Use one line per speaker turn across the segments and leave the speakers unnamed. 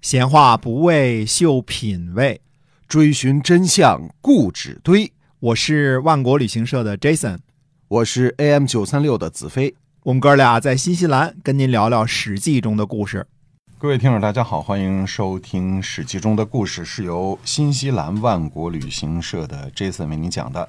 闲话不为秀品味，
追寻真相固执堆。
我是万国旅行社的 Jason，
我是 AM 九三六的子飞。
我们哥俩在新西兰跟您聊聊《史记》中的故事。
各位听友，大家好，欢迎收听《史记》中的故事，是由新西兰万国旅行社的 Jason 为您讲的。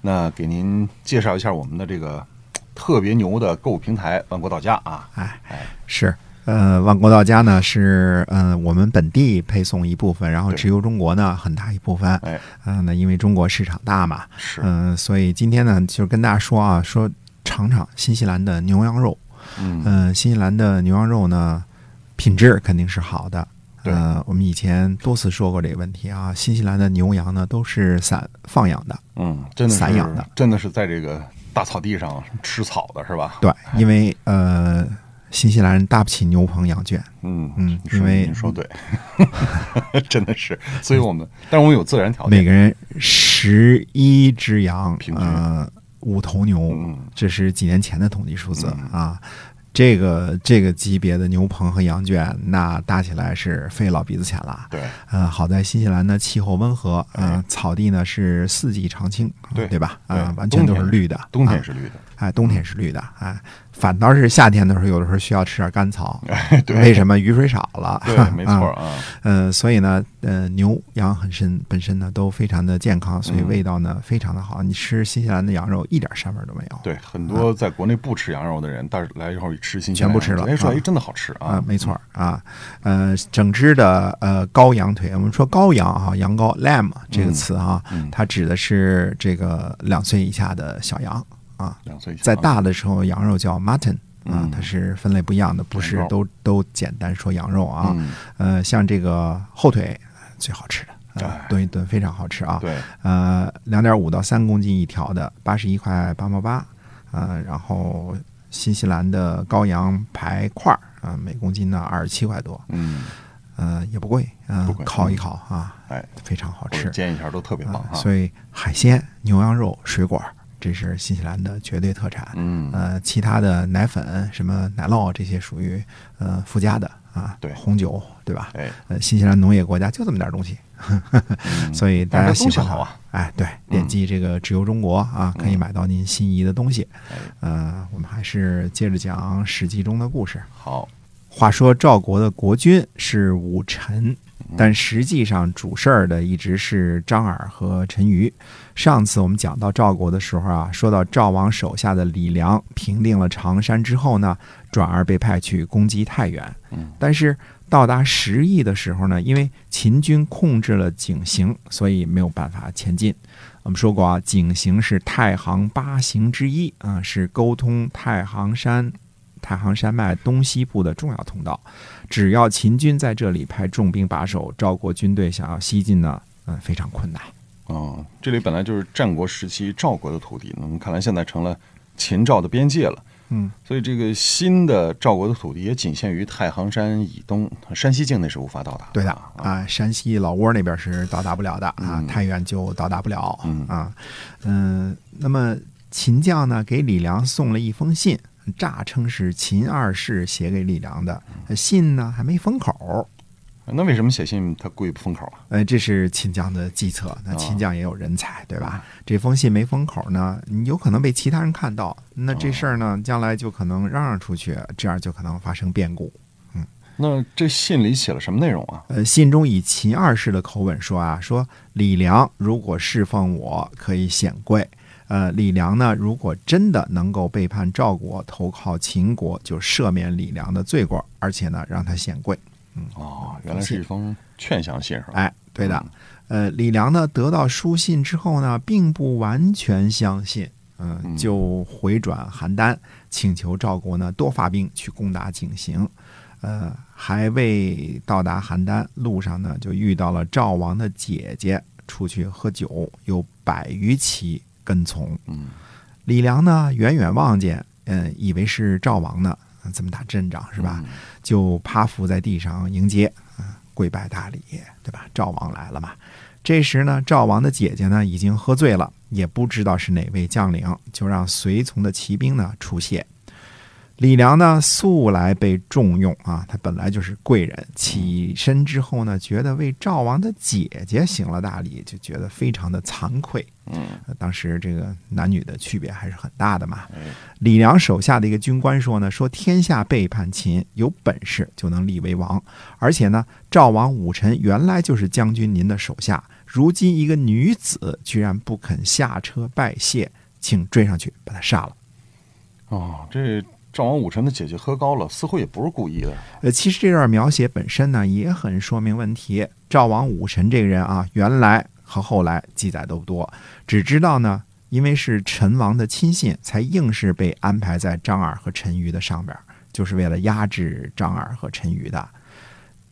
那给您介绍一下我们的这个特别牛的购物平台万国到家啊，
哎，
哎，
是，呃，万国到家呢是，嗯、我们本地配送一部分，然后
对
直邮中国呢很大一部分。
哎，
嗯、那因为中国市场大嘛，
是，
嗯、所以今天呢就跟大家说啊，说尝尝新西兰的牛羊肉。
嗯，
嗯、新西兰的牛羊肉呢，品质肯定是好的。
对
呃，我们以前多次说过这个问题啊，新西兰的牛羊呢都是散放养的，
嗯，真的
散养
是
的，
真的是在这个大草地上吃草的是吧？
对，因为呃，新西兰人搭不起牛棚羊圈，
嗯
嗯
你说
因为
你说对， 真的是，所以我们，但是我们有自然条
每
件，
个人十一只羊
平，均
呃，五头牛，
嗯，
这是几年前的统计数字啊。这个这个级别的牛棚和羊圈，那搭起来是费老鼻子钱了。
对
呃，好在新西兰呢气候温和，嗯、
哎
草地呢是四季常青，
对
对吧？啊、
对
完全都
冬
是
天
绿的，
冬天
啊
是绿嗯的，
哎，冬天是绿的，哎，反倒是夏天的时候，有的时候需要吃点干草，
哎， 对，
为什么雨水少了？
对，没错
啊
啊，
呃，所以呢，呃，牛羊很身本身呢都非常的健康，所以
嗯
味道呢、非常的好。你吃新西兰的羊肉一点膻味儿都没有。
对，很多在国内不吃羊肉的人，但是来以后一吃新鲜
啊全
羊
部
肉，
吃了
哎，说
啊
哎真的好吃
啊
啊，，
没错儿啊，呃，整只的呃羔羊腿，我们说羔羊哈、羊羔 lamb 这个词哈、
嗯
它指的是这个两岁以下的小羊啊，
两岁以下
在
啊
大的时候羊肉叫 mutton 啊
嗯，
它是分类不一样的，不是
羊羔
都都简单说羊肉啊，
嗯
呃，像这个后腿最好吃的，啊
哎
炖一炖非常好吃啊，
对，
呃，两点五到三公斤一条的，八十一块八毛八，呃，然后新西兰的羔羊排块儿啊、每公斤呢二十七块多，
嗯，
呃，也不贵，嗯、
不贵
烤一烤啊，
哎，
非常好
我
吃。
煎一下都特别棒
啊
啊，
所以海鲜、牛羊肉、水果儿，这是新西兰的绝对特产。
嗯，
呃，其他的奶粉、什么奶酪这些属于呃附加的啊，
对
红酒对吧？
哎，
呃，新西兰农业国家就这么点儿东西，
嗯
所以大家
但是
喜
东西
欢它
好啊，嗯
哎，对，点击这个直邮中国啊，可以买到您心仪的东西。
哎，
呃，我们还是接着讲《史记》中的故事。
好，
话说赵国的国君是武臣，但实际上主事儿的一直是张耳和陈馀。上次我们讲到赵国的时候啊，说到赵王手下的李良平定了常山之后呢，转而被派去攻击太原
嗯。
但是到达十邑的时候呢，因为秦军控制了井陉，所以没有办法前进。我们说过啊，井陉是太行八行之一啊、是沟通太行山太行山脉东西部的重要通道。只要秦军在这里派重兵把守，赵国军队想要西进呢，嗯，非常困难。
哦，这里本来就是战国时期赵国的土地，那么看来现在成了秦赵的边界了。
嗯，
所以这个新的赵国的土地也仅限于太行山以东，山西境内是无法到达。
对的
啊，
啊，山西老窝那边是到达不了的啊
嗯，
太原就到达不了
嗯
啊。嗯，那么秦将呢给李良送了一封信，诈称是秦二世写给李良的，信呢还没封口。
那为什么写信他故意不封口啊？
呃，这是秦将的计策。那秦将也有人才，对吧？这封信没封口呢，你有可能被其他人看到，那这事儿呢，将来就可能嚷嚷出去，这样就可能发生变故。
那这信里写了什么内容啊？
呃，信中以秦二世的口吻说啊，说李良如果侍奉我，可以显贵。呃，李良呢，如果真的能够背叛赵国，投靠秦国，就赦免李良的罪过，而且呢，让他显贵。
哦，原来是一封劝降信是吧？
哎，对的。呃，李良呢得到书信之后呢，并不完全相信，嗯，
嗯
就回转邯郸，请求赵国呢多发兵去攻打井陉。呃，还未到达邯郸，路上呢就遇到了赵王的姐姐出去喝酒，有百余骑跟从。
嗯，
李良呢远远望见，嗯、以为是赵王呢，呃这么大阵仗是吧？
嗯？
就趴伏在地上迎接，啊，跪拜大礼，对吧？赵王来了嘛。这时呢，赵王的姐姐呢已经喝醉了，也不知道是哪位将领，就让随从的骑兵呢出谢。李良呢，素来被重用啊，他本来就是贵人。起身之后呢，觉得为赵王的姐姐行了大礼，就觉得非常的惭愧。
嗯，
呃当时这个男女的区别还是很大的嘛。
哎
李良手下的一个军官说呢，说天下背叛秦，有本事就能立为王。而且呢，赵王武臣原来就是将军您的手下，如今一个女子居然不肯下车拜谢，请追上去把她杀了。
哦，这赵王武臣的姐姐喝高了，似乎也不是故意的。
呃，其实这段描写本身呢，也很说明问题。赵王武臣这个人啊，原来和后来记载都不多，只知道呢，因为是陈王的亲信，才硬是被安排在张耳和陈馀的上边儿，就是为了压制张耳和陈馀的。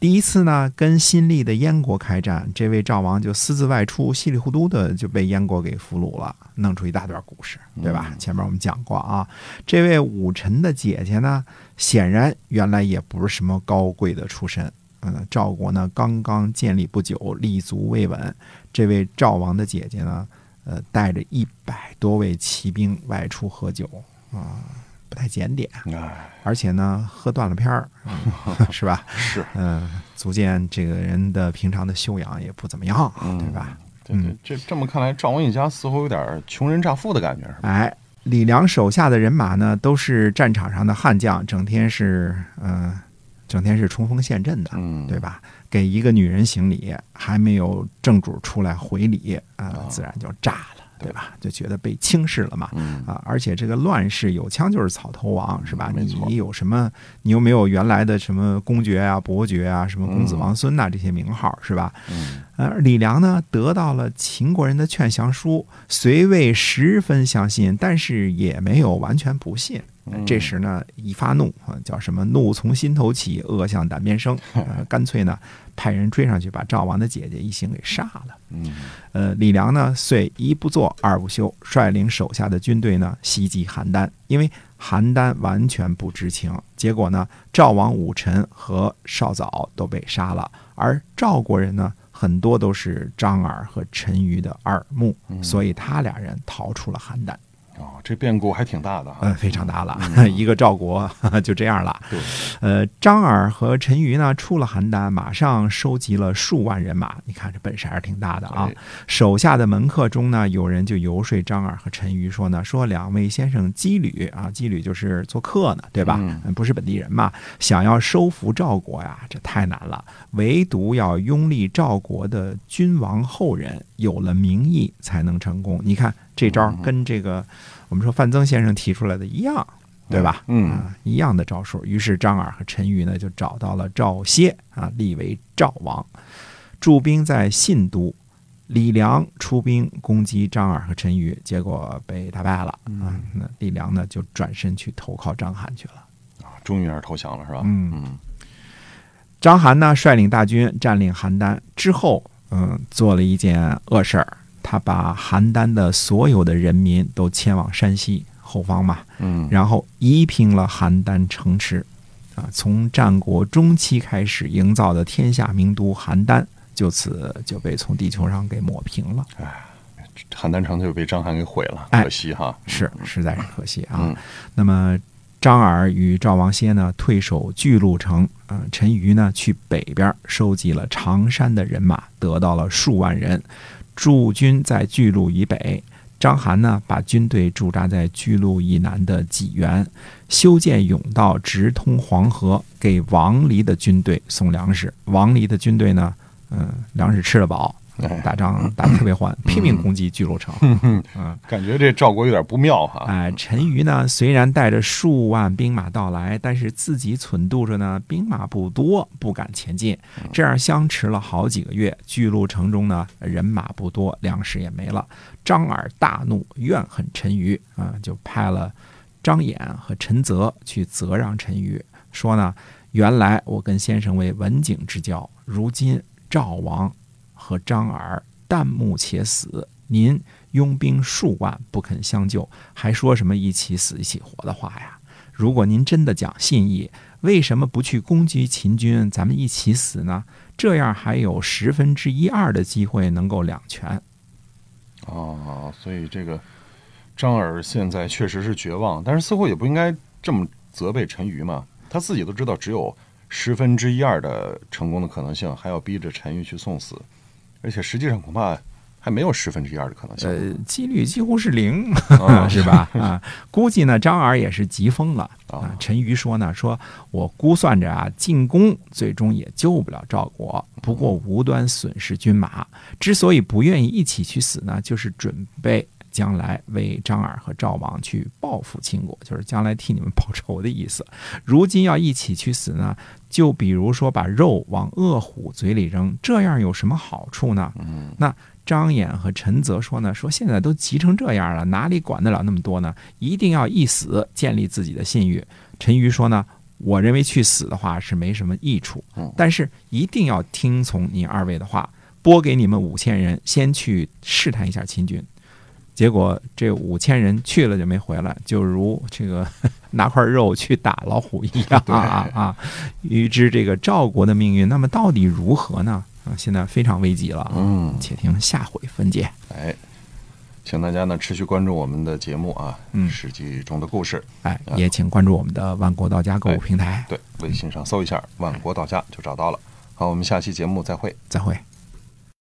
第一次呢，跟新立的燕国开战，这位赵王就私自外出，稀里糊涂的就被燕国给俘虏了，弄出一大段故事，对吧？前面我们讲过啊，这位武臣的姐姐呢，显然原来也不是什么高贵的出身。嗯，赵国呢刚刚建立不久，立足未稳。这位赵王的姐姐呢，呃，带着一百多位骑兵外出喝酒啊、不太检点，
哎，
而且呢喝断了片 儿，是吧？
是，
嗯、足见这个人的平常的修养也不怎么样，
嗯
对吧？
对对，这这么看来，赵王一家似乎有点穷人乍富的感觉，是吧？
哎，李良手下的人马呢，都是战场上的悍将，整天是嗯、呃，整天是冲锋陷阵的，
嗯，
对吧？给一个女人行礼，还没有正主出来回礼，啊、
啊
自然就炸了，对吧？就觉得被轻视了嘛。
嗯，
啊，而且这个乱世有枪就是草头王，是吧？
没
你
错
你有什么？你有没有原来的什么公爵啊、伯爵啊、什么公子
嗯
王孙呐、这些名号，是吧？
嗯，
而李良呢，得到了秦国人的劝降书，虽未十分相信，但是也没有完全不信。
嗯
呃这时呢，一发怒啊，叫什么“怒从心头起，恶向胆边 生”，呃，干脆呢，派人追上去把赵王的姐姐一行给杀了。
嗯，
呃，李良呢，遂一不做二不休，率领手下的军队呢袭击邯郸，因为邯郸完全不知情。结果呢，赵王武臣和少早都被杀了，而赵国人呢，很多都是张耳和陈馀的耳目，所以他俩人逃出了邯郸。
哦，这变故还挺大的哈。
嗯，非常大了， 一个赵国就这样了。
对，
呃，张耳和陈馀呢，出了邯郸，马上收集了数万人马。你看这本事还是挺大的啊
对！
手下的门客中呢，有人就游说张耳和陈馀说呢，说两位先生羁旅啊，羁旅就是做客呢，对吧？
嗯
嗯不是本地人嘛，想要收服赵国呀，这太难了。唯独要拥立赵国的君王后人，有了名义才能成功。你看这招跟这个我们说范增先生提出来的一样，对吧？
嗯
啊，一样的招数。于是张耳和陈馀呢就找到了赵歇啊，立为赵王，驻兵在信都。李良出兵攻击张耳和陈馀，结果被打败了啊。那李良呢就转身去投靠张邯去了。
啊终于还是投降了，是吧？
嗯
嗯，
张邯呢率领大军占领邯郸之后，嗯，做了一件恶事儿，他把邯郸的所有的人民都迁往山西后方嘛，
嗯，
然后夷平了邯郸城池，啊，从战国中期开始营造的天下名都邯郸，就此就被从地球上给抹平了。
邯郸城就被章邯给毁了，
哎
可惜哈。
是，实在是可惜啊。
嗯
那么张耳与赵王歇呢退守巨鹿城，啊、陈馀呢去北边收集了常山的人马，得到了数万人，驻军在巨鹿以北。章邯呢，把军队驻扎在巨鹿以南的济源，修建甬道直通黄河，给王离的军队送粮食。王离的军队呢，嗯、粮食吃得饱，
哎嗯
打仗 打得特别欢，拼命攻击巨鹿城。
感觉这赵国有点不妙哈。
哎，陈馀呢，虽然带着数万兵马到来，但是自己忖度着呢，兵马不多，不敢前进。这样相持了好几个月，巨鹿城中呢，人马不多，粮食也没了。张耳大怒，怨恨陈馀啊，就派了张衍和陈泽去责让陈馀，说呢，原来我跟先生为文景之交，如今赵王和张耳旦暮且死，您拥兵数万不肯相救，还说什么一起死一起活的话呀？如果您真的讲信义，为什么不去攻击秦军，咱们一起死呢？这样还有十分之一二的机会能够两全。
啊哦，所以这个张耳现在确实是绝望，但是似乎也不应该这么责备陈馀嘛，他自己都知道只有十分之一二的成功的可能性，还要逼着陈馀去送死，而且实际上恐怕还没有十分之一二的可能性。
呃，几率几乎是零，
啊
哎是吧？ 啊，估计呢，张耳也是急疯了啊
啊。
陈馀说呢，说我估算着啊，进攻最终也救不了赵国，不过无端损失军马，之所以不愿意一起去死呢，就是准备。将来为张耳和赵王去报复秦国，就是将来替你们报仇的意思。如今要一起去死呢，就比如说把肉往饿虎嘴里扔，这样有什么好处呢？
嗯，
张衍和陈泽说呢，说现在都急成这样了，哪里管得了那么多呢？一定要一死，建立自己的信誉。陈馀说呢，我认为去死的话是没什么益处
嗯，
但是一定要听从你二位的话，拨给你们五千人，先去试探一下秦军。结果这五千人去了就没回来，就如这个 拿块肉去打老虎一样啊啊啊！预知这个赵国的命运，那么到底如何呢？啊，现在非常危急了啊。
嗯，
且听下回分解。
哎，请大家呢持续关注我们的节目啊，
嗯
史记》中的故事。
哎，也请关注我们的万国到家购物平台。
对，微信上搜一下“万国到家”就找到了。好，我们下期节目再会。
再会。